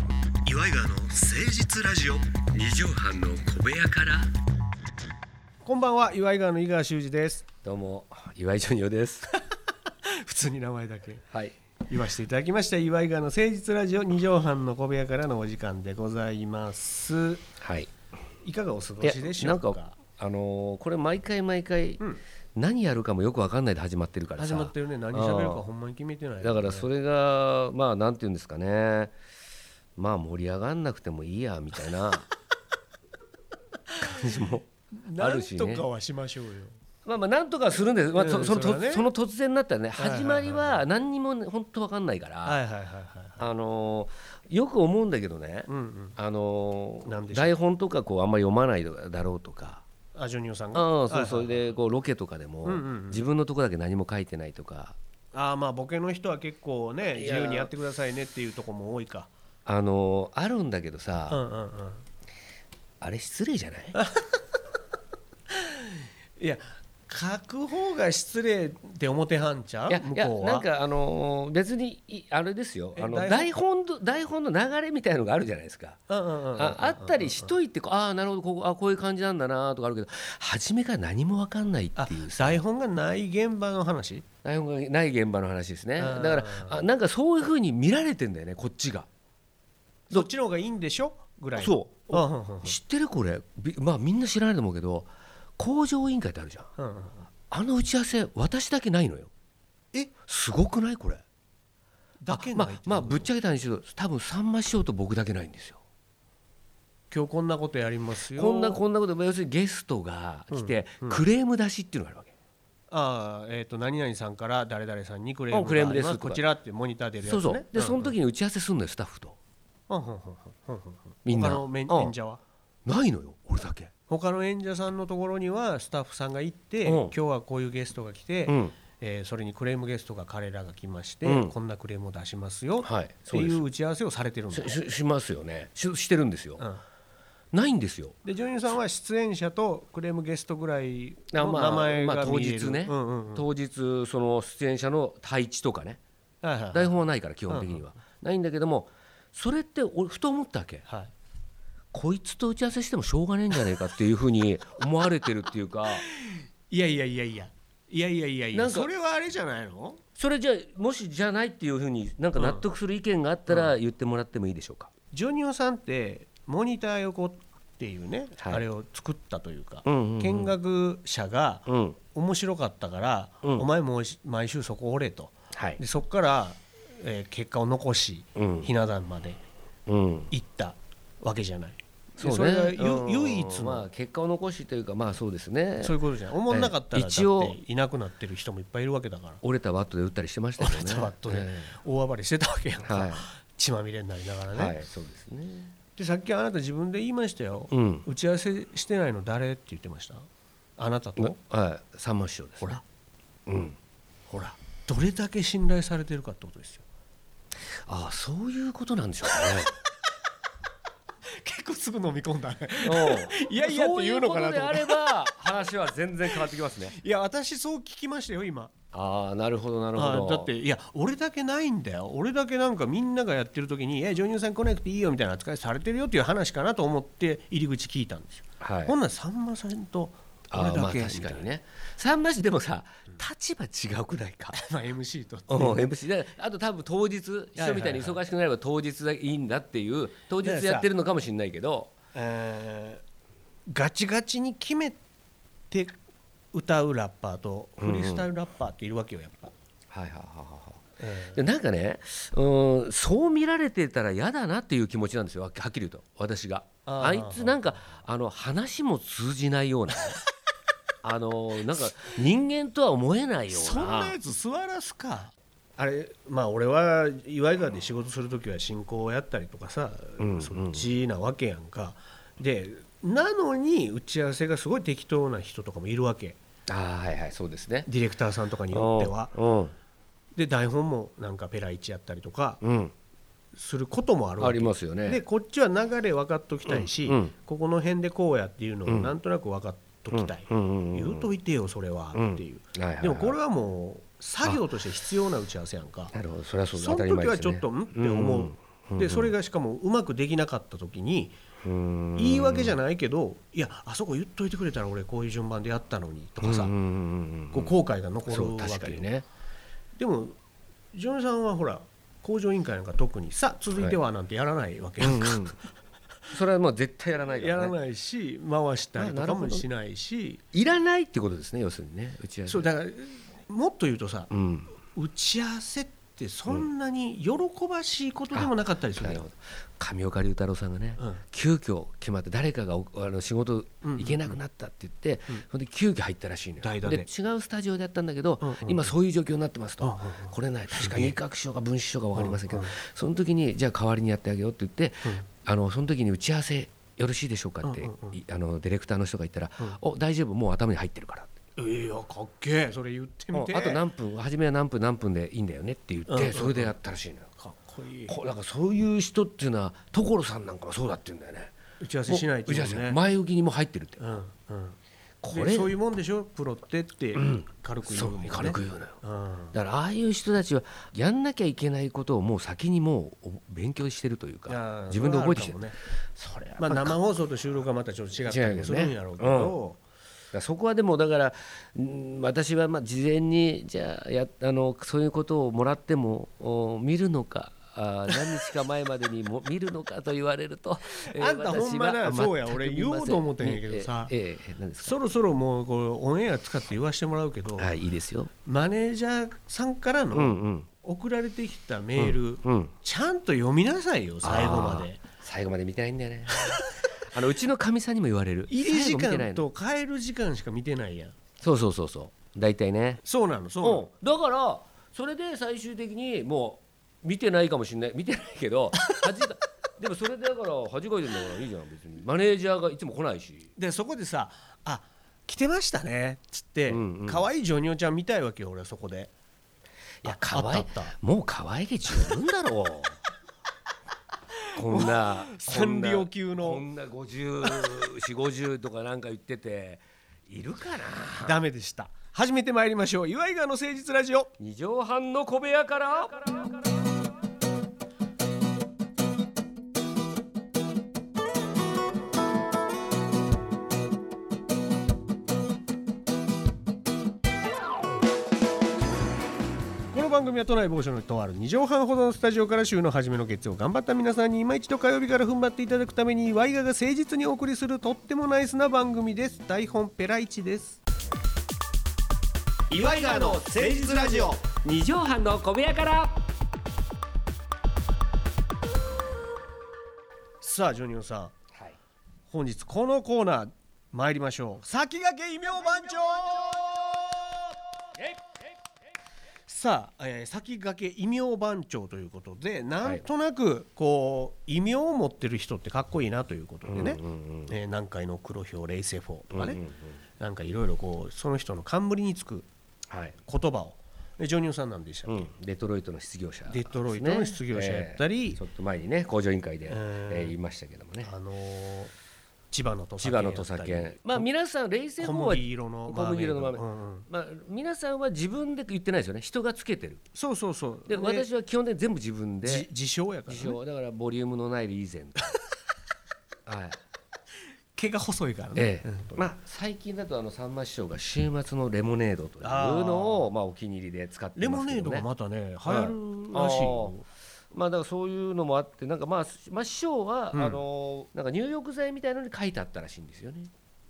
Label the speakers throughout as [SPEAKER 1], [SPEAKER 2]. [SPEAKER 1] イガーの誠実ラジオ
[SPEAKER 2] 二畳半の小部屋から
[SPEAKER 3] こんばんは岩井川の井川修司です
[SPEAKER 2] どうも岩井ジョニオです
[SPEAKER 3] 普通に名前だけ
[SPEAKER 2] はい
[SPEAKER 3] 言わせていただきました岩井川の誠実ラジオ二畳半の小部屋からのお時間でございます
[SPEAKER 2] はい
[SPEAKER 3] いかがお過ご
[SPEAKER 2] いや
[SPEAKER 3] しでし
[SPEAKER 2] な
[SPEAKER 3] ょ
[SPEAKER 2] ん
[SPEAKER 3] うか
[SPEAKER 2] かあのーこれ毎回毎回、
[SPEAKER 3] ん
[SPEAKER 2] 何やるかもよくわかんないで始まってるからさ
[SPEAKER 3] 始まってるね何喋る
[SPEAKER 2] あ
[SPEAKER 3] か
[SPEAKER 2] ー
[SPEAKER 3] ほんまに決めてない、
[SPEAKER 2] だからそれがまあなんて言うんですかねまあ盛り上がんなくてもいいやみたい な感じもあ
[SPEAKER 3] なん
[SPEAKER 2] るしね
[SPEAKER 3] とかはしましょうよ
[SPEAKER 2] まあまあなんとかするんです、まあ、
[SPEAKER 3] う
[SPEAKER 2] そ
[SPEAKER 3] ん
[SPEAKER 2] その
[SPEAKER 3] それ
[SPEAKER 2] と
[SPEAKER 3] はね
[SPEAKER 2] その突然になったらね
[SPEAKER 3] はいはいはい
[SPEAKER 2] 始まりは何にもね本当わかんないから、
[SPEAKER 3] はいはいはいはい
[SPEAKER 2] あのーよく思うんだけどね、
[SPEAKER 3] うんうん
[SPEAKER 2] あのー
[SPEAKER 3] なんでしょう
[SPEAKER 2] 台本とかこうあんまり読まないだろうとか。
[SPEAKER 3] あジョニオさんが
[SPEAKER 2] ああそうそ
[SPEAKER 3] はい
[SPEAKER 2] れ
[SPEAKER 3] はい
[SPEAKER 2] でこうロケとかでも
[SPEAKER 3] うんうんうん
[SPEAKER 2] 自分のとこだけ何も書いてないとか
[SPEAKER 3] あーまあボケの人は結構ね
[SPEAKER 2] い
[SPEAKER 3] 自
[SPEAKER 2] や
[SPEAKER 3] 由にやってくださいねっていうとこも多いか
[SPEAKER 2] あのーあるんだけど
[SPEAKER 3] う
[SPEAKER 2] さ
[SPEAKER 3] んうんうん
[SPEAKER 2] あれ失礼じゃ ない
[SPEAKER 3] いや書く方が失礼って表はんちゃう
[SPEAKER 2] いや
[SPEAKER 3] 向
[SPEAKER 2] いや
[SPEAKER 3] こうは
[SPEAKER 2] なんかあのー別にいあれですよ
[SPEAKER 3] え
[SPEAKER 2] あの
[SPEAKER 3] 台
[SPEAKER 2] 台本と台本の流れみたいのがあるじゃないですか。
[SPEAKER 3] うんうんうんうん
[SPEAKER 2] ああったりしといてこうああなるほどここあこういう感じなんだなとかあるけど初めから何も分かんないっ
[SPEAKER 3] あ
[SPEAKER 2] ていうさ
[SPEAKER 3] 台本がない現場の話
[SPEAKER 2] 台本がない現場の話ですね
[SPEAKER 3] あ
[SPEAKER 2] だ
[SPEAKER 3] ー
[SPEAKER 2] からあなんかそういうふうに見られてんだよねこっちが
[SPEAKER 3] そっちの方がいいんでしょぐらいの
[SPEAKER 2] そ
[SPEAKER 3] うんうんうん
[SPEAKER 2] 知ってるこれびまあみんな知らないと思うけど工場委員会ってあるじゃん
[SPEAKER 3] うんうん
[SPEAKER 2] あの打ち合わせ私だけないのよ
[SPEAKER 3] え
[SPEAKER 2] すごくないこれ
[SPEAKER 3] だけ
[SPEAKER 2] ま
[SPEAKER 3] ない
[SPEAKER 2] あまあぶっちゃけた話しろ多分さんま師匠と僕だけないんですよ
[SPEAKER 3] 今日こんなことやりますよ
[SPEAKER 2] こんなこんなことまあ要するにゲストが来てクレーム出しっていうのがあるわけ
[SPEAKER 3] ああえっ、と何々さんから誰々さんにクレームが
[SPEAKER 2] あクレームです
[SPEAKER 3] あります
[SPEAKER 2] とか
[SPEAKER 3] こちらってモニター出るやつ
[SPEAKER 2] そ
[SPEAKER 3] ね
[SPEAKER 2] うそうでその
[SPEAKER 3] 時
[SPEAKER 2] 時に打ち合わせするのよスタッフとみ
[SPEAKER 3] みん
[SPEAKER 2] んな
[SPEAKER 3] 他のめん
[SPEAKER 2] うん
[SPEAKER 3] 演者は
[SPEAKER 2] ないのよ俺だけ
[SPEAKER 3] 他の演者さんのところにはスタッフさんが行って、
[SPEAKER 2] うん
[SPEAKER 3] 今日はこういうゲストが来て、
[SPEAKER 2] うん
[SPEAKER 3] えーそれにクレームゲストが彼らが来まして、
[SPEAKER 2] うん
[SPEAKER 3] こんなクレームを出しますよ
[SPEAKER 2] はい
[SPEAKER 3] っていう打ち合わせをされてるんだ
[SPEAKER 2] しししますよねししてるんですよ
[SPEAKER 3] うん
[SPEAKER 2] ないんですよ
[SPEAKER 3] でジョニーさんは出演者とクレームゲストぐらい
[SPEAKER 2] あ
[SPEAKER 3] の
[SPEAKER 2] まあ
[SPEAKER 3] 名前
[SPEAKER 2] まあ
[SPEAKER 3] が
[SPEAKER 2] 当
[SPEAKER 3] 見える、
[SPEAKER 2] 日ね
[SPEAKER 3] うんうんうん
[SPEAKER 2] 当日その出演者の配置とかね
[SPEAKER 3] はいはい
[SPEAKER 2] 台本はないから基本的にはないんだけどもそれって俺ふと思ったわけ
[SPEAKER 3] はい
[SPEAKER 2] こいつと打ち合わせしてもしょうがねえんじゃねえかっていうふうに思われてるっていう か
[SPEAKER 3] いやいやいやいやいやいやいやい
[SPEAKER 2] な
[SPEAKER 3] や
[SPEAKER 2] んか
[SPEAKER 3] それはあれじゃないの
[SPEAKER 2] それじゃあもしじゃないっていうふうになんか納得する意見があったら言ってもらってもいいでしょうか。
[SPEAKER 3] ジョニオさんってモニター横っていうね、
[SPEAKER 2] はい
[SPEAKER 3] あれを作ったというか、
[SPEAKER 2] うんうんうん
[SPEAKER 3] 見学者が
[SPEAKER 2] うん
[SPEAKER 3] 面白かったから、
[SPEAKER 2] うん
[SPEAKER 3] お前もうし毎週そこおれと
[SPEAKER 2] はい
[SPEAKER 3] でそこから、えー結果を残し、
[SPEAKER 2] うん
[SPEAKER 3] ひな壇まで
[SPEAKER 2] うん
[SPEAKER 3] 行ったわけじゃない
[SPEAKER 2] そうね
[SPEAKER 3] それがゆ
[SPEAKER 2] うん
[SPEAKER 3] 唯一の、
[SPEAKER 2] まあ、結果を残しというかまあそうですね
[SPEAKER 3] そういうことじゃない思んなかったらだっ
[SPEAKER 2] 一応
[SPEAKER 3] ていなくなってる人もいっぱいいるわけだから
[SPEAKER 2] 折れたワットで打ったりしてましたけどね
[SPEAKER 3] 俺たバットで
[SPEAKER 2] え
[SPEAKER 3] 大暴れしてたわけやんか、
[SPEAKER 2] はい
[SPEAKER 3] 血まみれになりながら
[SPEAKER 2] え
[SPEAKER 3] ね、
[SPEAKER 2] はいそうですね
[SPEAKER 3] でさっきあなた自分で言いましたよ、
[SPEAKER 2] うん
[SPEAKER 3] 打ち合わせしてないの誰って言ってましたあなたと、
[SPEAKER 2] はい三万師匠です
[SPEAKER 3] ほら
[SPEAKER 2] うん
[SPEAKER 3] ほらどれだけ信頼されてるかってことですよ
[SPEAKER 2] ああそういうことなんでしょ
[SPEAKER 3] 結構すぐ飲み込んだね
[SPEAKER 2] うかねお
[SPEAKER 3] いやいやって言うのかな
[SPEAKER 2] そういうことで
[SPEAKER 3] と思
[SPEAKER 2] あ
[SPEAKER 3] って
[SPEAKER 2] れば話は全然変わってきますね
[SPEAKER 3] いや私そう聞きましたよ今
[SPEAKER 2] ああなるほどなる
[SPEAKER 3] は
[SPEAKER 2] ほ
[SPEAKER 3] い
[SPEAKER 2] ど
[SPEAKER 3] だっていや俺だけないんだよ俺だけなんかみんながやってる時に「え女優さん来なくていいよ」みたいな扱いされてるよっていう話かなと思って入り口聞いたんですよ、
[SPEAKER 2] はい
[SPEAKER 3] ほんならさんまさんと
[SPEAKER 2] あ
[SPEAKER 3] 俺
[SPEAKER 2] ーま
[SPEAKER 3] だ
[SPEAKER 2] あ
[SPEAKER 3] け
[SPEAKER 2] 確かにね三橋でもさ立場違うくないか
[SPEAKER 3] まあ MC と
[SPEAKER 2] うん MC だからあと多分当日人みたいに忙しくなれば当日がいいんだっていう当日やってるのかもしれないけど
[SPEAKER 3] えーガチガチに決めて歌うラッパーとフリースタイルラッパーっているわけよやっぱ、
[SPEAKER 2] はいはいはいはい
[SPEAKER 3] え
[SPEAKER 2] でなんかねうんそう見られてたら嫌だなっていう気持ちなんですよははっきり言うと私が
[SPEAKER 3] あー
[SPEAKER 2] あいつなんかあの話も通じないような あのなんか人間とは思えない
[SPEAKER 3] ー
[SPEAKER 2] よう
[SPEAKER 3] そんな
[SPEAKER 2] な
[SPEAKER 3] やつ座らすかあれまあ俺は岩井川で仕事する時は進行をやったりとかさ、
[SPEAKER 2] うん
[SPEAKER 3] そっちなわけやんかでなのに打ち合わせがすごい適当な人とかもいるわけ
[SPEAKER 2] あーはいはいそうですね
[SPEAKER 3] ディレクターさんとかによっては
[SPEAKER 2] うん
[SPEAKER 3] で台本もなんかペライチやったりとか
[SPEAKER 2] うん
[SPEAKER 3] することもあるわ
[SPEAKER 2] あ
[SPEAKER 3] け
[SPEAKER 2] りますよね
[SPEAKER 3] でこっちは流れ分かっときたいし、
[SPEAKER 2] うんうん
[SPEAKER 3] ここの辺でこうやっていうのをなんとなく分かっときたい、
[SPEAKER 2] うんうんうんうん
[SPEAKER 3] 言うといてよそれはっていう、
[SPEAKER 2] はいはいはい
[SPEAKER 3] でもこれはもう作業として必要な打ち合わせやんか
[SPEAKER 2] なるほどそれはそう
[SPEAKER 3] その時はちょっと
[SPEAKER 2] 当
[SPEAKER 3] んったて
[SPEAKER 2] り前ですね
[SPEAKER 3] 思うでそれがしかもうまくできなかった時に言い訳じゃないけどいやあそこ言っといてくれたら俺こういう順番でやったのにとかさこう後悔が残
[SPEAKER 2] そう
[SPEAKER 3] るわ
[SPEAKER 2] 確か
[SPEAKER 3] け
[SPEAKER 2] に
[SPEAKER 3] よ
[SPEAKER 2] ね
[SPEAKER 3] でもジョンさんはほら工場委員会なんか特にさあ続いてはなんてやらないわけやんか、
[SPEAKER 2] それはもう絶対やらないか
[SPEAKER 3] や
[SPEAKER 2] ら、
[SPEAKER 3] ら
[SPEAKER 2] ね、
[SPEAKER 3] ないし回したりとか
[SPEAKER 2] あなるほ
[SPEAKER 3] も
[SPEAKER 2] ど
[SPEAKER 3] しないし
[SPEAKER 2] いらないってことですね要するにね打ち合わせ
[SPEAKER 3] そうだからもっと言うとさ
[SPEAKER 2] うん
[SPEAKER 3] 打ち合わせってそんなに喜ばしいことでもなかったりする
[SPEAKER 2] な
[SPEAKER 3] の
[SPEAKER 2] る
[SPEAKER 3] よ
[SPEAKER 2] ほど上岡龍太郎さんがね、
[SPEAKER 3] うん
[SPEAKER 2] 急遽決まって誰かがおあの仕事行けなくなったって言って、ほんで急遽入ったらしいのよ
[SPEAKER 3] 代打
[SPEAKER 2] で
[SPEAKER 3] で
[SPEAKER 2] 違うスタジオでやったんだけど、
[SPEAKER 3] うんうん
[SPEAKER 2] 今そういう状況になってますと、
[SPEAKER 3] うんうん
[SPEAKER 2] これない確かに学賞か文子賞か分かりませんけど、
[SPEAKER 3] うんうん
[SPEAKER 2] その時にじゃあ代わりにやってあげようって言って、あのその時に打ち合わせよろしいでしょうかって、
[SPEAKER 3] うんうん
[SPEAKER 2] いあのディレクターの人が言ったら「お大丈夫もう頭に入ってるから」
[SPEAKER 3] いやかっけえそれ言ってみて
[SPEAKER 2] あと何分初めは何分何分でいいんだよねって言って、
[SPEAKER 3] うんうんうん
[SPEAKER 2] それでやったらしいのよ。
[SPEAKER 3] かっこいい
[SPEAKER 2] こうなんかそういう人っていうのは所さんなんかはそうだって言うんだよね。
[SPEAKER 3] 打ち合わせしないと
[SPEAKER 2] もう
[SPEAKER 3] ね
[SPEAKER 2] 打ち合わせ前置きにも入ってるって。
[SPEAKER 3] うんうん
[SPEAKER 2] こ
[SPEAKER 3] で
[SPEAKER 2] れ
[SPEAKER 3] そういうもんでしょプロってって軽く言う
[SPEAKER 2] そ
[SPEAKER 3] もんね
[SPEAKER 2] う軽く言うのよ。
[SPEAKER 3] うん
[SPEAKER 2] だからああいう人たちはやんなきゃいけないことをもう先にもうお勉強してるという
[SPEAKER 3] いや
[SPEAKER 2] か
[SPEAKER 3] ー
[SPEAKER 2] 自分で覚えてきてる
[SPEAKER 3] それは
[SPEAKER 2] それは
[SPEAKER 3] あるかもねまあ生放送と収録はまたちょっと違ったりもするんやろうけ
[SPEAKER 2] 違うよ
[SPEAKER 3] ど
[SPEAKER 2] だからそこはでもだからうん私はまあ事前にじゃあやあのそういうことをもらってもお見るのかあー何日か前までにも 見るのかと言われると、え
[SPEAKER 3] あんたほんまな
[SPEAKER 2] 私は
[SPEAKER 3] そうや
[SPEAKER 2] 全く
[SPEAKER 3] 俺
[SPEAKER 2] 見ませ
[SPEAKER 3] 言おうと思ってんやけどさ
[SPEAKER 2] ええええええ何です
[SPEAKER 3] そろそろもうこれオンエア使って言わしてもらうけど
[SPEAKER 2] かはいいいですよ
[SPEAKER 3] マネージャーさんから
[SPEAKER 2] う
[SPEAKER 3] の
[SPEAKER 2] んうん
[SPEAKER 3] 送られてきたメール
[SPEAKER 2] うん
[SPEAKER 3] ちゃんと読みなさいよ最後ま
[SPEAKER 2] あー
[SPEAKER 3] で
[SPEAKER 2] 最後まで見てないんだよねあのうちのかみさんにも言われる
[SPEAKER 3] 入り時
[SPEAKER 2] 最後見てない
[SPEAKER 3] 間
[SPEAKER 2] の
[SPEAKER 3] と帰る時間しか見てないやん
[SPEAKER 2] そうそうそうそう大体ね
[SPEAKER 3] そうなのそうなの
[SPEAKER 2] うん、だからそれで最終的にもう見てないかもしれない見てないけど 恥かでもそれでだから恥かいてんだからいいじゃん別にマネージャーがいつも来ないし
[SPEAKER 3] でそこでさ「あ来てましたね」っつって
[SPEAKER 2] うんうん
[SPEAKER 3] 可愛いジョニオちゃん見たいわけよ俺はそこで
[SPEAKER 2] いや
[SPEAKER 3] あ
[SPEAKER 2] 可愛
[SPEAKER 3] あ
[SPEAKER 2] い
[SPEAKER 3] ったあった
[SPEAKER 2] もう可愛げ十分だろうこん な
[SPEAKER 3] サンリオ級の
[SPEAKER 2] こんな504050とかなんか言ってているかな
[SPEAKER 3] ダメでした始めてまいりましょう岩井川の誠実ラジオ
[SPEAKER 2] 二畳半の小部屋から
[SPEAKER 3] この番組は都内某所のとある2畳半ほどのスタジオから週の初めの月曜頑張った皆さんに今一度火曜日から踏ん張っていただくためにワイガが誠実にお送りするとってもナイスな番組です台本ペライチです岩井川の誠実ラジオ
[SPEAKER 2] 二畳半の小部屋から
[SPEAKER 3] さあジョニオさん
[SPEAKER 2] はい
[SPEAKER 3] 本日このコーナー参りましょう先駆け異名番長さあ、えー先駆け異名番長ということでなんとなくこう異名を持ってる人ってかっこいいなということでね、えー南海の黒豹レイセフォーとかね、
[SPEAKER 2] うんうんうん
[SPEAKER 3] なんかいろいろこうその人の冠につく
[SPEAKER 2] はい、
[SPEAKER 3] 言葉をでジョニオさんなんでしたっけ、
[SPEAKER 2] うん、デトロイトの失業者ですね、
[SPEAKER 3] デトロイトの失業者やったり
[SPEAKER 2] えーちょっと前にね工場委員会で、え
[SPEAKER 3] うん
[SPEAKER 2] ー言いましたけどもね
[SPEAKER 3] あのー千葉の土佐
[SPEAKER 2] 千
[SPEAKER 3] 犬や
[SPEAKER 2] 葉
[SPEAKER 3] ったり
[SPEAKER 2] の土佐犬まあ皆さん冷静
[SPEAKER 3] 小
[SPEAKER 2] 法は
[SPEAKER 3] 麦色の
[SPEAKER 2] 小麦色の
[SPEAKER 3] マ
[SPEAKER 2] マ
[SPEAKER 3] ー
[SPEAKER 2] ーメイド
[SPEAKER 3] メイドうんうん
[SPEAKER 2] まあ、皆さんは自分で言ってないですよね人がつけてる
[SPEAKER 3] そうそうそう
[SPEAKER 2] で私は基本的に全部自分で
[SPEAKER 3] じ自称やから、
[SPEAKER 2] 自
[SPEAKER 3] ね、
[SPEAKER 2] 称だからボリュームのないリーゼント はい
[SPEAKER 3] 毛が細いからね、
[SPEAKER 2] ええまあ、最近だとあのさんま師匠が「週末のレモネード」というのをまあ、お気に入りで使って
[SPEAKER 3] レ
[SPEAKER 2] ま
[SPEAKER 3] モ
[SPEAKER 2] すけど、ね、
[SPEAKER 3] ネードがまたね流
[SPEAKER 2] はい
[SPEAKER 3] 行るらしいよ、
[SPEAKER 2] あーまあだからそういうのもあってなんかまあ、すまあ、師匠は、
[SPEAKER 3] うん
[SPEAKER 2] あのなんか入浴剤みたいのに書いてあったらしいんですよね。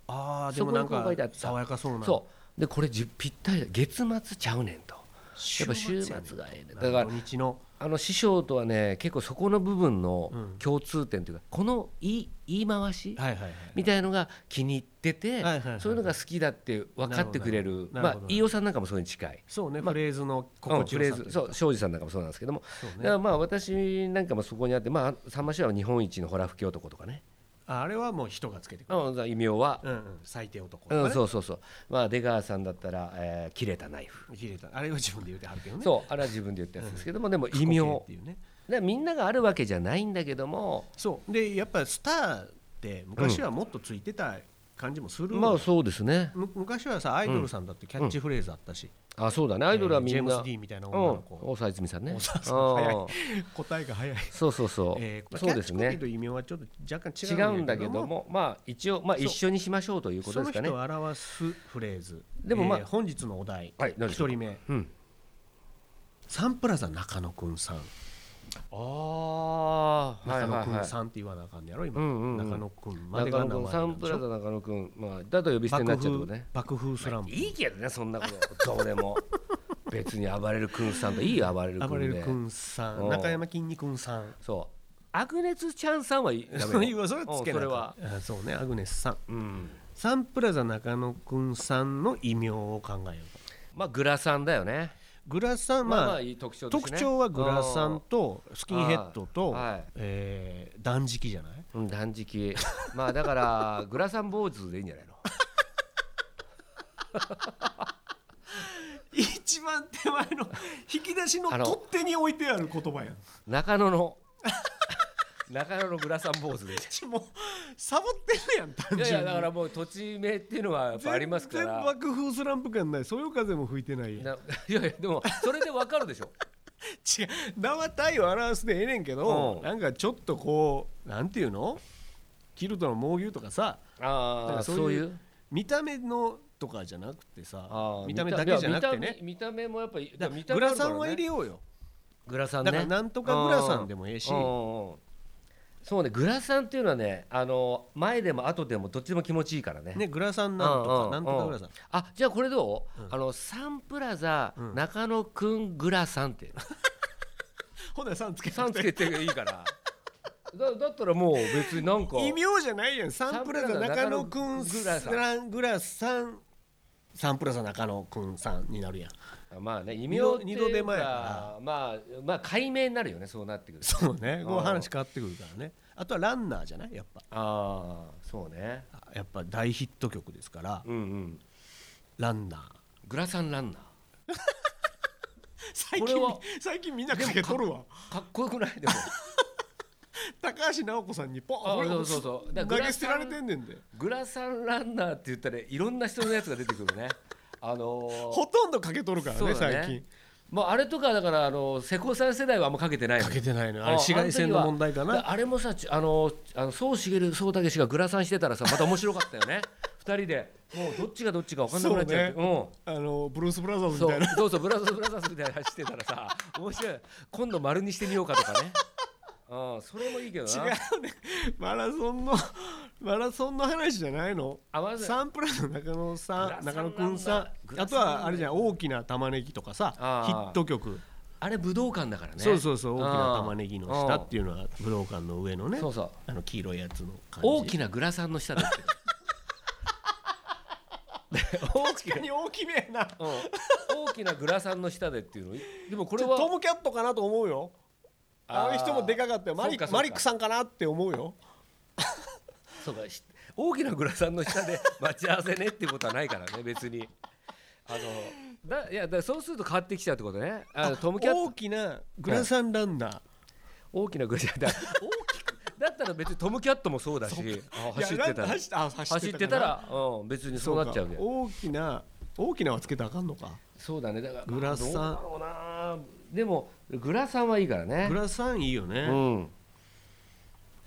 [SPEAKER 3] ああでもなん
[SPEAKER 2] そこにこう書いてあ
[SPEAKER 3] か
[SPEAKER 2] った
[SPEAKER 3] 爽やかそうな
[SPEAKER 2] そうでこれじぴったりだ月末ちゃうねんとやっぱ週末
[SPEAKER 3] や
[SPEAKER 2] が
[SPEAKER 3] ね
[SPEAKER 2] ええね
[SPEAKER 3] だ
[SPEAKER 2] だ
[SPEAKER 3] か
[SPEAKER 2] からら
[SPEAKER 3] 土日の
[SPEAKER 2] あの師匠とはね結構そこの部分の
[SPEAKER 3] うん
[SPEAKER 2] 共通点というか、この言い言い回し
[SPEAKER 3] はいはいはい
[SPEAKER 2] みたいのが気に入ってて、
[SPEAKER 3] はいはいはい
[SPEAKER 2] そういうのが好きだって分かってくれる
[SPEAKER 3] なるほ
[SPEAKER 2] ま
[SPEAKER 3] どなるほ
[SPEAKER 2] あ
[SPEAKER 3] ど
[SPEAKER 2] 飯尾さんなんかもそれに近い。
[SPEAKER 3] そうね、フレーズの
[SPEAKER 2] う
[SPEAKER 3] 心
[SPEAKER 2] ん
[SPEAKER 3] 地
[SPEAKER 2] フ
[SPEAKER 3] よさ
[SPEAKER 2] レーズそう庄司さんなんかもそうなんですけども、
[SPEAKER 3] そうね
[SPEAKER 2] だからまあ私なんかもそこにあってまあさんま師匠は日本一のホラ吹き男とかね
[SPEAKER 3] ああれはもう人がつけてくる、
[SPEAKER 2] あ異名は、
[SPEAKER 3] うんうん、最低男とか
[SPEAKER 2] うん
[SPEAKER 3] ね、
[SPEAKER 2] そうそうそうまあ出川さんだったら、えー切れたナイフ、
[SPEAKER 3] 切れたあれは自分で言うてはるけどね
[SPEAKER 2] そうあれは 自分で言ったやつですけども、でも
[SPEAKER 3] 過去
[SPEAKER 2] 異
[SPEAKER 3] 形
[SPEAKER 2] 名
[SPEAKER 3] っていうね
[SPEAKER 2] でみんながあるわけじゃないんだけども
[SPEAKER 3] そうでやっぱスターって昔はもっとついてた感じもするのよ
[SPEAKER 2] まあそうですね
[SPEAKER 3] む昔はさアイドルさんだってキャッチフレーズあったし、
[SPEAKER 2] あそうだねアイドルはみんな、
[SPEAKER 3] えージェームス・ディーンみたいな女の
[SPEAKER 2] うん
[SPEAKER 3] 子、
[SPEAKER 2] 大沢泉さんね
[SPEAKER 3] 大沢
[SPEAKER 2] うん
[SPEAKER 3] 答えが早い、
[SPEAKER 2] そうそうそう、
[SPEAKER 3] えー
[SPEAKER 2] そうです
[SPEAKER 3] キャッチコピー
[SPEAKER 2] ね
[SPEAKER 3] と異名はちょっと若干
[SPEAKER 2] 違
[SPEAKER 3] 違うん
[SPEAKER 2] うんだけどもまあ一応まあ
[SPEAKER 3] そう
[SPEAKER 2] 一緒にしましょうということ
[SPEAKER 3] そ
[SPEAKER 2] で
[SPEAKER 3] の
[SPEAKER 2] すか
[SPEAKER 3] 人
[SPEAKER 2] ね
[SPEAKER 3] を表すフレーズ
[SPEAKER 2] でもまあ
[SPEAKER 3] えー本日のお題
[SPEAKER 2] はい何
[SPEAKER 3] 一
[SPEAKER 2] でしょう
[SPEAKER 3] 人目、
[SPEAKER 2] うん
[SPEAKER 3] サンプラザ中野くんさん
[SPEAKER 2] ああはい
[SPEAKER 3] 中
[SPEAKER 2] はい
[SPEAKER 3] 野く
[SPEAKER 2] は
[SPEAKER 3] ん
[SPEAKER 2] い
[SPEAKER 3] さんって言わなあかんねやろ今、
[SPEAKER 2] うんうんうん
[SPEAKER 3] 中野くんまで
[SPEAKER 2] 中
[SPEAKER 3] が
[SPEAKER 2] 野
[SPEAKER 3] 名前
[SPEAKER 2] 君サ
[SPEAKER 3] な
[SPEAKER 2] ン
[SPEAKER 3] んで
[SPEAKER 2] プ
[SPEAKER 3] し
[SPEAKER 2] ラ
[SPEAKER 3] ょ
[SPEAKER 2] ザ中野君まあだと呼び捨てにな
[SPEAKER 3] 爆
[SPEAKER 2] っちゃうと
[SPEAKER 3] 風
[SPEAKER 2] かね
[SPEAKER 3] 爆風スランプ、
[SPEAKER 2] いいけどねそんなことどうでも別に暴れる君さんといい暴れる
[SPEAKER 3] 暴れ
[SPEAKER 2] 君
[SPEAKER 3] る
[SPEAKER 2] で
[SPEAKER 3] くんさ
[SPEAKER 2] うん
[SPEAKER 3] ん中山きんにくんさん
[SPEAKER 2] そうアグネス・チャンさんはい い
[SPEAKER 3] そういうそれはつけ
[SPEAKER 2] うんそ
[SPEAKER 3] な
[SPEAKER 2] れ
[SPEAKER 3] い
[SPEAKER 2] は
[SPEAKER 3] あそうねアグネスさん
[SPEAKER 2] うん
[SPEAKER 3] サンプラザ中野くんさんの異名を考えよう
[SPEAKER 2] まあグラさんだよね
[SPEAKER 3] グラさんま
[SPEAKER 2] ま
[SPEAKER 3] あ、
[SPEAKER 2] あまあいい特徴ですね
[SPEAKER 3] 特徴はグラさんとスキンヘッドと、
[SPEAKER 2] はい
[SPEAKER 3] えー断食じゃない
[SPEAKER 2] うん断食まあだからグラサン坊主でいいんじゃないの
[SPEAKER 3] 一番手前 の引き出しの
[SPEAKER 2] あの取
[SPEAKER 3] 手に置いてある言葉やん
[SPEAKER 2] 中野 の中野のグラサン坊主でいいんじ
[SPEAKER 3] もうサボってるやん
[SPEAKER 2] ゃ
[SPEAKER 3] 単
[SPEAKER 2] ないいやいやだからもう土地名っていうのはやっぱありますか
[SPEAKER 3] 全然
[SPEAKER 2] ら
[SPEAKER 3] 爆風スランプ感ないそよ風も吹いてないやん違う
[SPEAKER 2] ないやいやでもそれでわかるで しょ
[SPEAKER 3] 生体を表すでええねんけど、
[SPEAKER 2] うん
[SPEAKER 3] なんかちょっとこうなんていうのキルトの猛牛とかさだか
[SPEAKER 2] あ
[SPEAKER 3] ら
[SPEAKER 2] あ
[SPEAKER 3] そ
[SPEAKER 2] そうう
[SPEAKER 3] いう
[SPEAKER 2] いう
[SPEAKER 3] 見た目のとかじゃなくて
[SPEAKER 2] あ
[SPEAKER 3] さ
[SPEAKER 2] ー
[SPEAKER 3] 見た目だけじゃなくて
[SPEAKER 2] いや
[SPEAKER 3] ね
[SPEAKER 2] 見た目見た目もやっぱり
[SPEAKER 3] だ
[SPEAKER 2] だ
[SPEAKER 3] か
[SPEAKER 2] からら見た目あ
[SPEAKER 3] グラ
[SPEAKER 2] るか
[SPEAKER 3] さ
[SPEAKER 2] らね
[SPEAKER 3] んは入れようよ
[SPEAKER 2] グラさんね
[SPEAKER 3] だからなんとかグラさんでもええし
[SPEAKER 2] うんうんうんそうねグラさんっていうのはねあの前でも後でもどっちでも気持ちいいからね
[SPEAKER 3] ねグラさんなんと
[SPEAKER 2] うんう
[SPEAKER 3] か
[SPEAKER 2] ん
[SPEAKER 3] なんとかグラさん
[SPEAKER 2] あじゃあこれどう、
[SPEAKER 3] うん
[SPEAKER 2] あのサンプラザ、
[SPEAKER 3] うん
[SPEAKER 2] 中野くんグラさんって
[SPEAKER 3] ほなさんつけ
[SPEAKER 2] さんつけていい からだだったらもう別になんか
[SPEAKER 3] 異名じゃないやんサンプラザ中野くんさんグラさんサンプラザ中野くんさんになるやん
[SPEAKER 2] まあね異
[SPEAKER 3] 二
[SPEAKER 2] 名
[SPEAKER 3] 度
[SPEAKER 2] って
[SPEAKER 3] 二
[SPEAKER 2] い
[SPEAKER 3] 度手
[SPEAKER 2] う
[SPEAKER 3] 前や
[SPEAKER 2] か
[SPEAKER 3] か
[SPEAKER 2] まあまあ解明になるよねそうなってくると
[SPEAKER 3] そうねこう
[SPEAKER 2] うん
[SPEAKER 3] 話変わってくるからねあとはランナーじゃないやっぱ
[SPEAKER 2] ああそうね
[SPEAKER 3] やっぱ大ヒット曲ですから
[SPEAKER 2] うんうん
[SPEAKER 3] ランナー
[SPEAKER 2] グラさんランナ
[SPEAKER 3] 最
[SPEAKER 2] これは
[SPEAKER 3] 最近みんなかけとるわ
[SPEAKER 2] ーかっこよく ないでも
[SPEAKER 3] 高橋直子さんにポ
[SPEAKER 2] あ
[SPEAKER 3] ン
[SPEAKER 2] そうそうそうだから
[SPEAKER 3] 投げ捨てられてんねんで
[SPEAKER 2] グラさんランナーって言ったらいろんな人のやつが出てくるねあのー
[SPEAKER 3] ほとんどかけとるから
[SPEAKER 2] そ
[SPEAKER 3] ね
[SPEAKER 2] うだ
[SPEAKER 3] 最近
[SPEAKER 2] まあ、あれとかだからあの瀬古さん世代はあんまかけてない
[SPEAKER 3] か
[SPEAKER 2] の
[SPEAKER 3] けてないのよあ
[SPEAKER 2] あ
[SPEAKER 3] れ紫外線の問題か
[SPEAKER 2] あの時
[SPEAKER 3] な
[SPEAKER 2] はあれもさちあのあの宗茂宗武氏がグラサンしてたらさまた面白かったよ ね二人でもうどっちがどっちか分かんなくなっちゃうって
[SPEAKER 3] あのブルース・ブラザー
[SPEAKER 2] う
[SPEAKER 3] ズ
[SPEAKER 2] んそ
[SPEAKER 3] みたいうな
[SPEAKER 2] そうそうブラザーズブラザーズみたいな話してたらさ面白い今度丸にしてみようかとかね うんそれもいいけどな
[SPEAKER 3] 違うね マラソンのマラソンの話じゃないの
[SPEAKER 2] あまず
[SPEAKER 3] サンプラザ中野さん
[SPEAKER 2] グラサ
[SPEAKER 3] 中
[SPEAKER 2] ン
[SPEAKER 3] 野くん
[SPEAKER 2] なん
[SPEAKER 3] さ
[SPEAKER 2] だグ
[SPEAKER 3] んあ
[SPEAKER 2] ラ
[SPEAKER 3] と
[SPEAKER 2] サンなんだ
[SPEAKER 3] はあれじゃん大きな玉ねぎとかさ
[SPEAKER 2] あー
[SPEAKER 3] ヒット曲、
[SPEAKER 2] あれ武道館だからね
[SPEAKER 3] そうそうそう大きな玉ねぎの下
[SPEAKER 2] うん
[SPEAKER 3] っていうのは武道館の上のね
[SPEAKER 2] そうそう
[SPEAKER 3] あの黄色いやつの感じ
[SPEAKER 2] 大き
[SPEAKER 3] な
[SPEAKER 2] なグラサンの下だって 大きな
[SPEAKER 3] 確かに大きめやな
[SPEAKER 2] うん大きなグラサンの下でっていうのでもこれ
[SPEAKER 3] ちょっとト
[SPEAKER 2] は
[SPEAKER 3] ムキャットかなと思うよあ
[SPEAKER 2] あー
[SPEAKER 3] の人もでかかったよマ
[SPEAKER 2] そ
[SPEAKER 3] リ
[SPEAKER 2] うかそうか
[SPEAKER 3] マリックさんかなって思うよ
[SPEAKER 2] そうかし大きなグラサンの下で待ち合わせねっていうことはないからね別にあのだいやだそうすると変わってきちゃうってことねあのトムキャット
[SPEAKER 3] 大きなグラサンランナー、
[SPEAKER 2] 大きなグラサンだ大きくだったら別にトムキャットもそうだしあ走ってた
[SPEAKER 3] いやラ
[SPEAKER 2] ら
[SPEAKER 3] ン走ってあ走ってた
[SPEAKER 2] 走ってたら、うん、別にそうなっちゃうんだよ
[SPEAKER 3] 大きな大きなはつけたらあかんのか
[SPEAKER 2] そうだねだから
[SPEAKER 3] グラサン
[SPEAKER 2] どうだろうなでもグラサンはいいからね
[SPEAKER 3] グラサンいいよね、
[SPEAKER 2] うん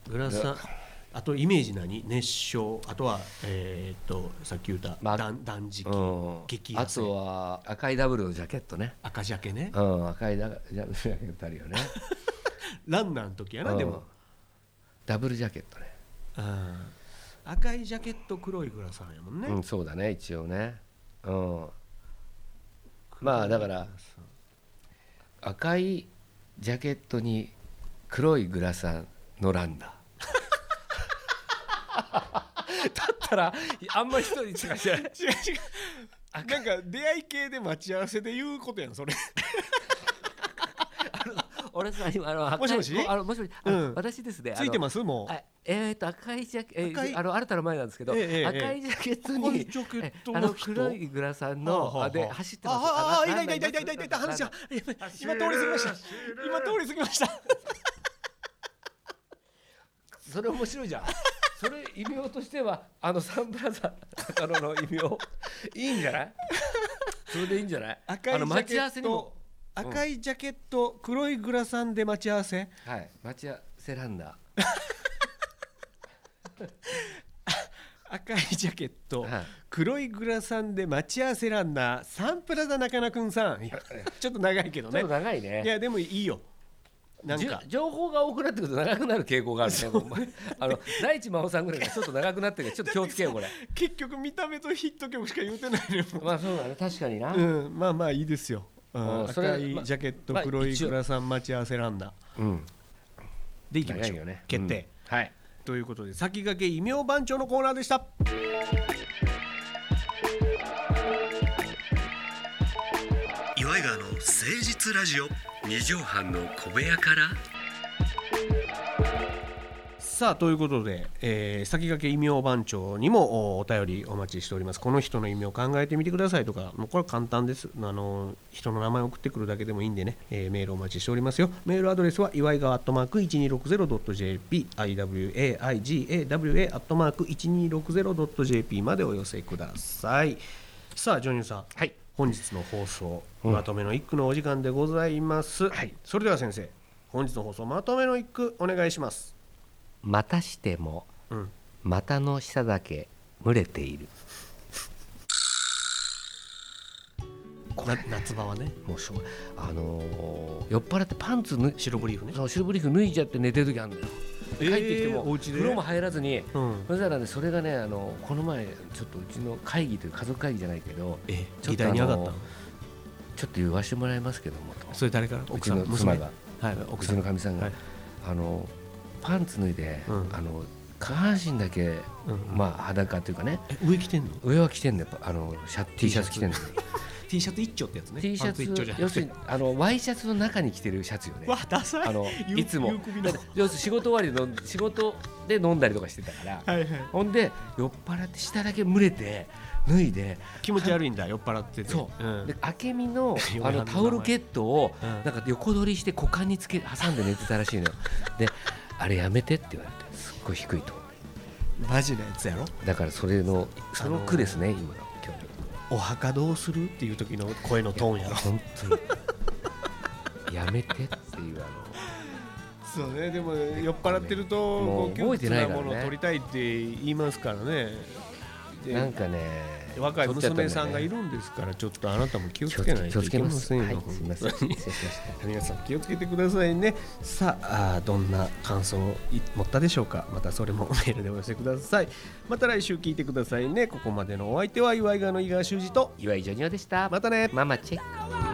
[SPEAKER 3] グラサンあとイメージ何熱唱あとはえーっとさっき言った、
[SPEAKER 2] まあ
[SPEAKER 3] 断断食、
[SPEAKER 2] うん
[SPEAKER 3] 激
[SPEAKER 2] あ
[SPEAKER 3] 痩せ
[SPEAKER 2] とは赤いダブルのジャケットね
[SPEAKER 3] 赤ジャケね
[SPEAKER 2] うん、赤いダブルジャケットある よね。
[SPEAKER 3] ランナーの時やな、
[SPEAKER 2] うん
[SPEAKER 3] でも、
[SPEAKER 2] ダブルジャケットね。
[SPEAKER 3] うん赤いジャケット黒いグラサンやもんね、
[SPEAKER 2] うん、そうだね、一応ね。うん。まあだから赤いジャケットに黒いグラサンのラン ナー。だったらあんまり一人しかしない。
[SPEAKER 3] 違う違うなんか出会い系で待ち合わせで言うことやんそれ
[SPEAKER 2] 俺さ今あの赤い
[SPEAKER 3] もしもし
[SPEAKER 2] あのもしもし、あの
[SPEAKER 3] うん
[SPEAKER 2] 私ですね。あ
[SPEAKER 3] つ
[SPEAKER 2] の
[SPEAKER 3] いてますもう
[SPEAKER 2] あえー、と赤いジャケえー
[SPEAKER 3] 赤い
[SPEAKER 2] あの新たな前なんですけど、
[SPEAKER 3] ええええ
[SPEAKER 2] 赤いジャケットに
[SPEAKER 3] 赤いジャケット
[SPEAKER 2] え
[SPEAKER 3] の人
[SPEAKER 2] あの黒いグラサン
[SPEAKER 3] はあはあ
[SPEAKER 2] の
[SPEAKER 3] はあ
[SPEAKER 2] あで走ってます
[SPEAKER 3] あああい
[SPEAKER 2] なな
[SPEAKER 3] た
[SPEAKER 2] い
[SPEAKER 3] たいたいたいたいたいた話はやばい今通り過ぎました今通り過ぎました
[SPEAKER 2] それ面白いじゃんそれ異名としてはあのサンプラザ中野の異名いいんじゃないそれでいいんじゃない
[SPEAKER 3] 赤
[SPEAKER 2] あ
[SPEAKER 3] い
[SPEAKER 2] の
[SPEAKER 3] ジャ
[SPEAKER 2] 待
[SPEAKER 3] ケ
[SPEAKER 2] ち合わせ
[SPEAKER 3] ッ
[SPEAKER 2] にも
[SPEAKER 3] ト、赤いジャケット黒いグラサンで待ち合わせ
[SPEAKER 2] はい待ち合わせランナ
[SPEAKER 3] 赤いジャケット、
[SPEAKER 2] はい
[SPEAKER 3] 黒いグラサンで待ち合わせランナーサンプラザ中野くんさんいやちょっと長いけど
[SPEAKER 2] ーちょ
[SPEAKER 3] ね
[SPEAKER 2] っと長い
[SPEAKER 3] い
[SPEAKER 2] ね
[SPEAKER 3] やでもいいよなん
[SPEAKER 2] じゅ
[SPEAKER 3] か
[SPEAKER 2] 情報が多くなってくると長くなる傾向があるねお前あの大地真央さんぐらいがちょっと長くなってるからちょっと気をつけようこれ
[SPEAKER 3] 結局見た目とヒット曲しか言うてないよ、
[SPEAKER 2] まあそうだね確かにな、
[SPEAKER 3] うん、まあまあいいですよ、うん
[SPEAKER 2] うんそれ
[SPEAKER 3] 赤いジャケット
[SPEAKER 2] まあ
[SPEAKER 3] 黒い
[SPEAKER 2] 一応
[SPEAKER 3] グラサン待ち合わせランナー
[SPEAKER 2] うん、
[SPEAKER 3] でいきま
[SPEAKER 2] 長
[SPEAKER 3] し
[SPEAKER 2] い
[SPEAKER 3] ょう、
[SPEAKER 2] よね
[SPEAKER 3] 決定、、
[SPEAKER 2] うんはい
[SPEAKER 3] ということで先駆け異名番長のコーナーでした
[SPEAKER 1] 岩井川の誠実ラジオ
[SPEAKER 2] 二畳半の小部屋から
[SPEAKER 3] さあということで、えー先駆け異名番長にもおお便りお待ちしておりますこの人の異名を考えてみてくださいとかもうこれは簡単ですあの人の名前を送ってくるだけでもいいんでね、えーメールお待ちしておりますよメールアドレスは岩井川アットマーク 1260.jp iwaigawa アットマーク 1260.jp までお寄せくださいさあジョニーさん、
[SPEAKER 2] はい
[SPEAKER 3] 本日の放送、まとめの一句のお時間でございます、
[SPEAKER 2] はい
[SPEAKER 3] それでは先生本日の放送まとめの一句お願いします
[SPEAKER 2] またしても
[SPEAKER 3] うん
[SPEAKER 2] 股の下だけ蒸れている
[SPEAKER 3] な夏場はね
[SPEAKER 2] もうしょうあのー酔っ払ってパンツぬ
[SPEAKER 3] 白ブリーフね
[SPEAKER 2] そのシルブリーフ脱いじゃって寝てる時あるんだよ、
[SPEAKER 3] えー
[SPEAKER 2] 帰ってきても
[SPEAKER 3] お家で
[SPEAKER 2] 風呂も入らずに、
[SPEAKER 3] うん
[SPEAKER 2] そしたらねそれがねあのこの前ちょっとうちの会議という家族会議じゃないけど
[SPEAKER 3] え
[SPEAKER 2] ちょっと
[SPEAKER 3] 議題に上がったの
[SPEAKER 2] あのちょっと言わせてもらいますけどもと
[SPEAKER 3] それ誰から
[SPEAKER 2] う
[SPEAKER 3] 奥
[SPEAKER 2] ち
[SPEAKER 3] さん
[SPEAKER 2] の妻が
[SPEAKER 3] 娘はい
[SPEAKER 2] 奥
[SPEAKER 3] 奥
[SPEAKER 2] さ
[SPEAKER 3] さ
[SPEAKER 2] んの
[SPEAKER 3] ん
[SPEAKER 2] かみさんが、
[SPEAKER 3] はい
[SPEAKER 2] あのパンツ脱いで、
[SPEAKER 3] うん
[SPEAKER 2] あの下半身だけ、
[SPEAKER 3] うん
[SPEAKER 2] まあ裸というかね
[SPEAKER 3] え上着てんの
[SPEAKER 2] 上は着てんだよあのシャ T シャツ着てんだよ
[SPEAKER 3] T シャツ一丁ってやつね
[SPEAKER 2] T シャ
[SPEAKER 3] パン一丁じゃ
[SPEAKER 2] ツ
[SPEAKER 3] な
[SPEAKER 2] 要
[SPEAKER 3] く
[SPEAKER 2] す
[SPEAKER 3] て
[SPEAKER 2] るにあのワイシャツの中に着てるシャツよね
[SPEAKER 3] わダサい
[SPEAKER 2] あの
[SPEAKER 3] ゆ
[SPEAKER 2] いつも
[SPEAKER 3] ゆうこび
[SPEAKER 2] だ
[SPEAKER 3] の
[SPEAKER 2] って要するに仕事終わりで飲ん仕事で飲んだりとかしてたから、
[SPEAKER 3] はいはい
[SPEAKER 2] ほんで酔っ払って下だけ蒸れて脱いで
[SPEAKER 3] 気持ち悪いんだ酔っ払ってて
[SPEAKER 2] そう、
[SPEAKER 3] ん
[SPEAKER 2] で明美 の
[SPEAKER 3] 嫁は
[SPEAKER 2] あ
[SPEAKER 3] ん
[SPEAKER 2] の
[SPEAKER 3] の名前
[SPEAKER 2] タオルケットを
[SPEAKER 3] うん
[SPEAKER 2] なんか横取りして股間につけ挟んで寝てたらしい のよであれやめてって言われてすっごい低いと
[SPEAKER 3] マジなやつやろ
[SPEAKER 2] だからそれのその句ですね、今の今
[SPEAKER 3] お墓どうするっていう時の声のトーンやろ
[SPEAKER 2] 日本当にやめてっていうあの
[SPEAKER 3] そうねでも酔っ払ってると
[SPEAKER 2] も
[SPEAKER 3] 高
[SPEAKER 2] う
[SPEAKER 3] 級
[SPEAKER 2] 覚えて
[SPEAKER 3] な
[SPEAKER 2] ないから
[SPEAKER 3] も
[SPEAKER 2] ね
[SPEAKER 3] のを取りたいって言いますからねで
[SPEAKER 2] なんかね
[SPEAKER 3] 若い
[SPEAKER 2] 取っちゃっただよね
[SPEAKER 3] 娘さんがいるんですからちょっとあなたも気を
[SPEAKER 2] 気をつ
[SPEAKER 3] つけ
[SPEAKER 2] け
[SPEAKER 3] ない
[SPEAKER 2] 気
[SPEAKER 3] と
[SPEAKER 2] を
[SPEAKER 3] い
[SPEAKER 2] つ
[SPEAKER 3] け
[SPEAKER 2] け
[SPEAKER 3] ま
[SPEAKER 2] ま
[SPEAKER 3] せ
[SPEAKER 2] す
[SPEAKER 3] んよ
[SPEAKER 2] はいすみません失礼しました
[SPEAKER 3] 皆さん気をつけてくださいねさああーどんな感想をい持ったでしょうかまたそれもメールでお寄せくださいまた来週聞いてくださいねここまでのお相手は岩井川の井川修司と
[SPEAKER 2] 岩井ジョニオでした
[SPEAKER 3] またね
[SPEAKER 2] ママチェック
[SPEAKER 4] Hello.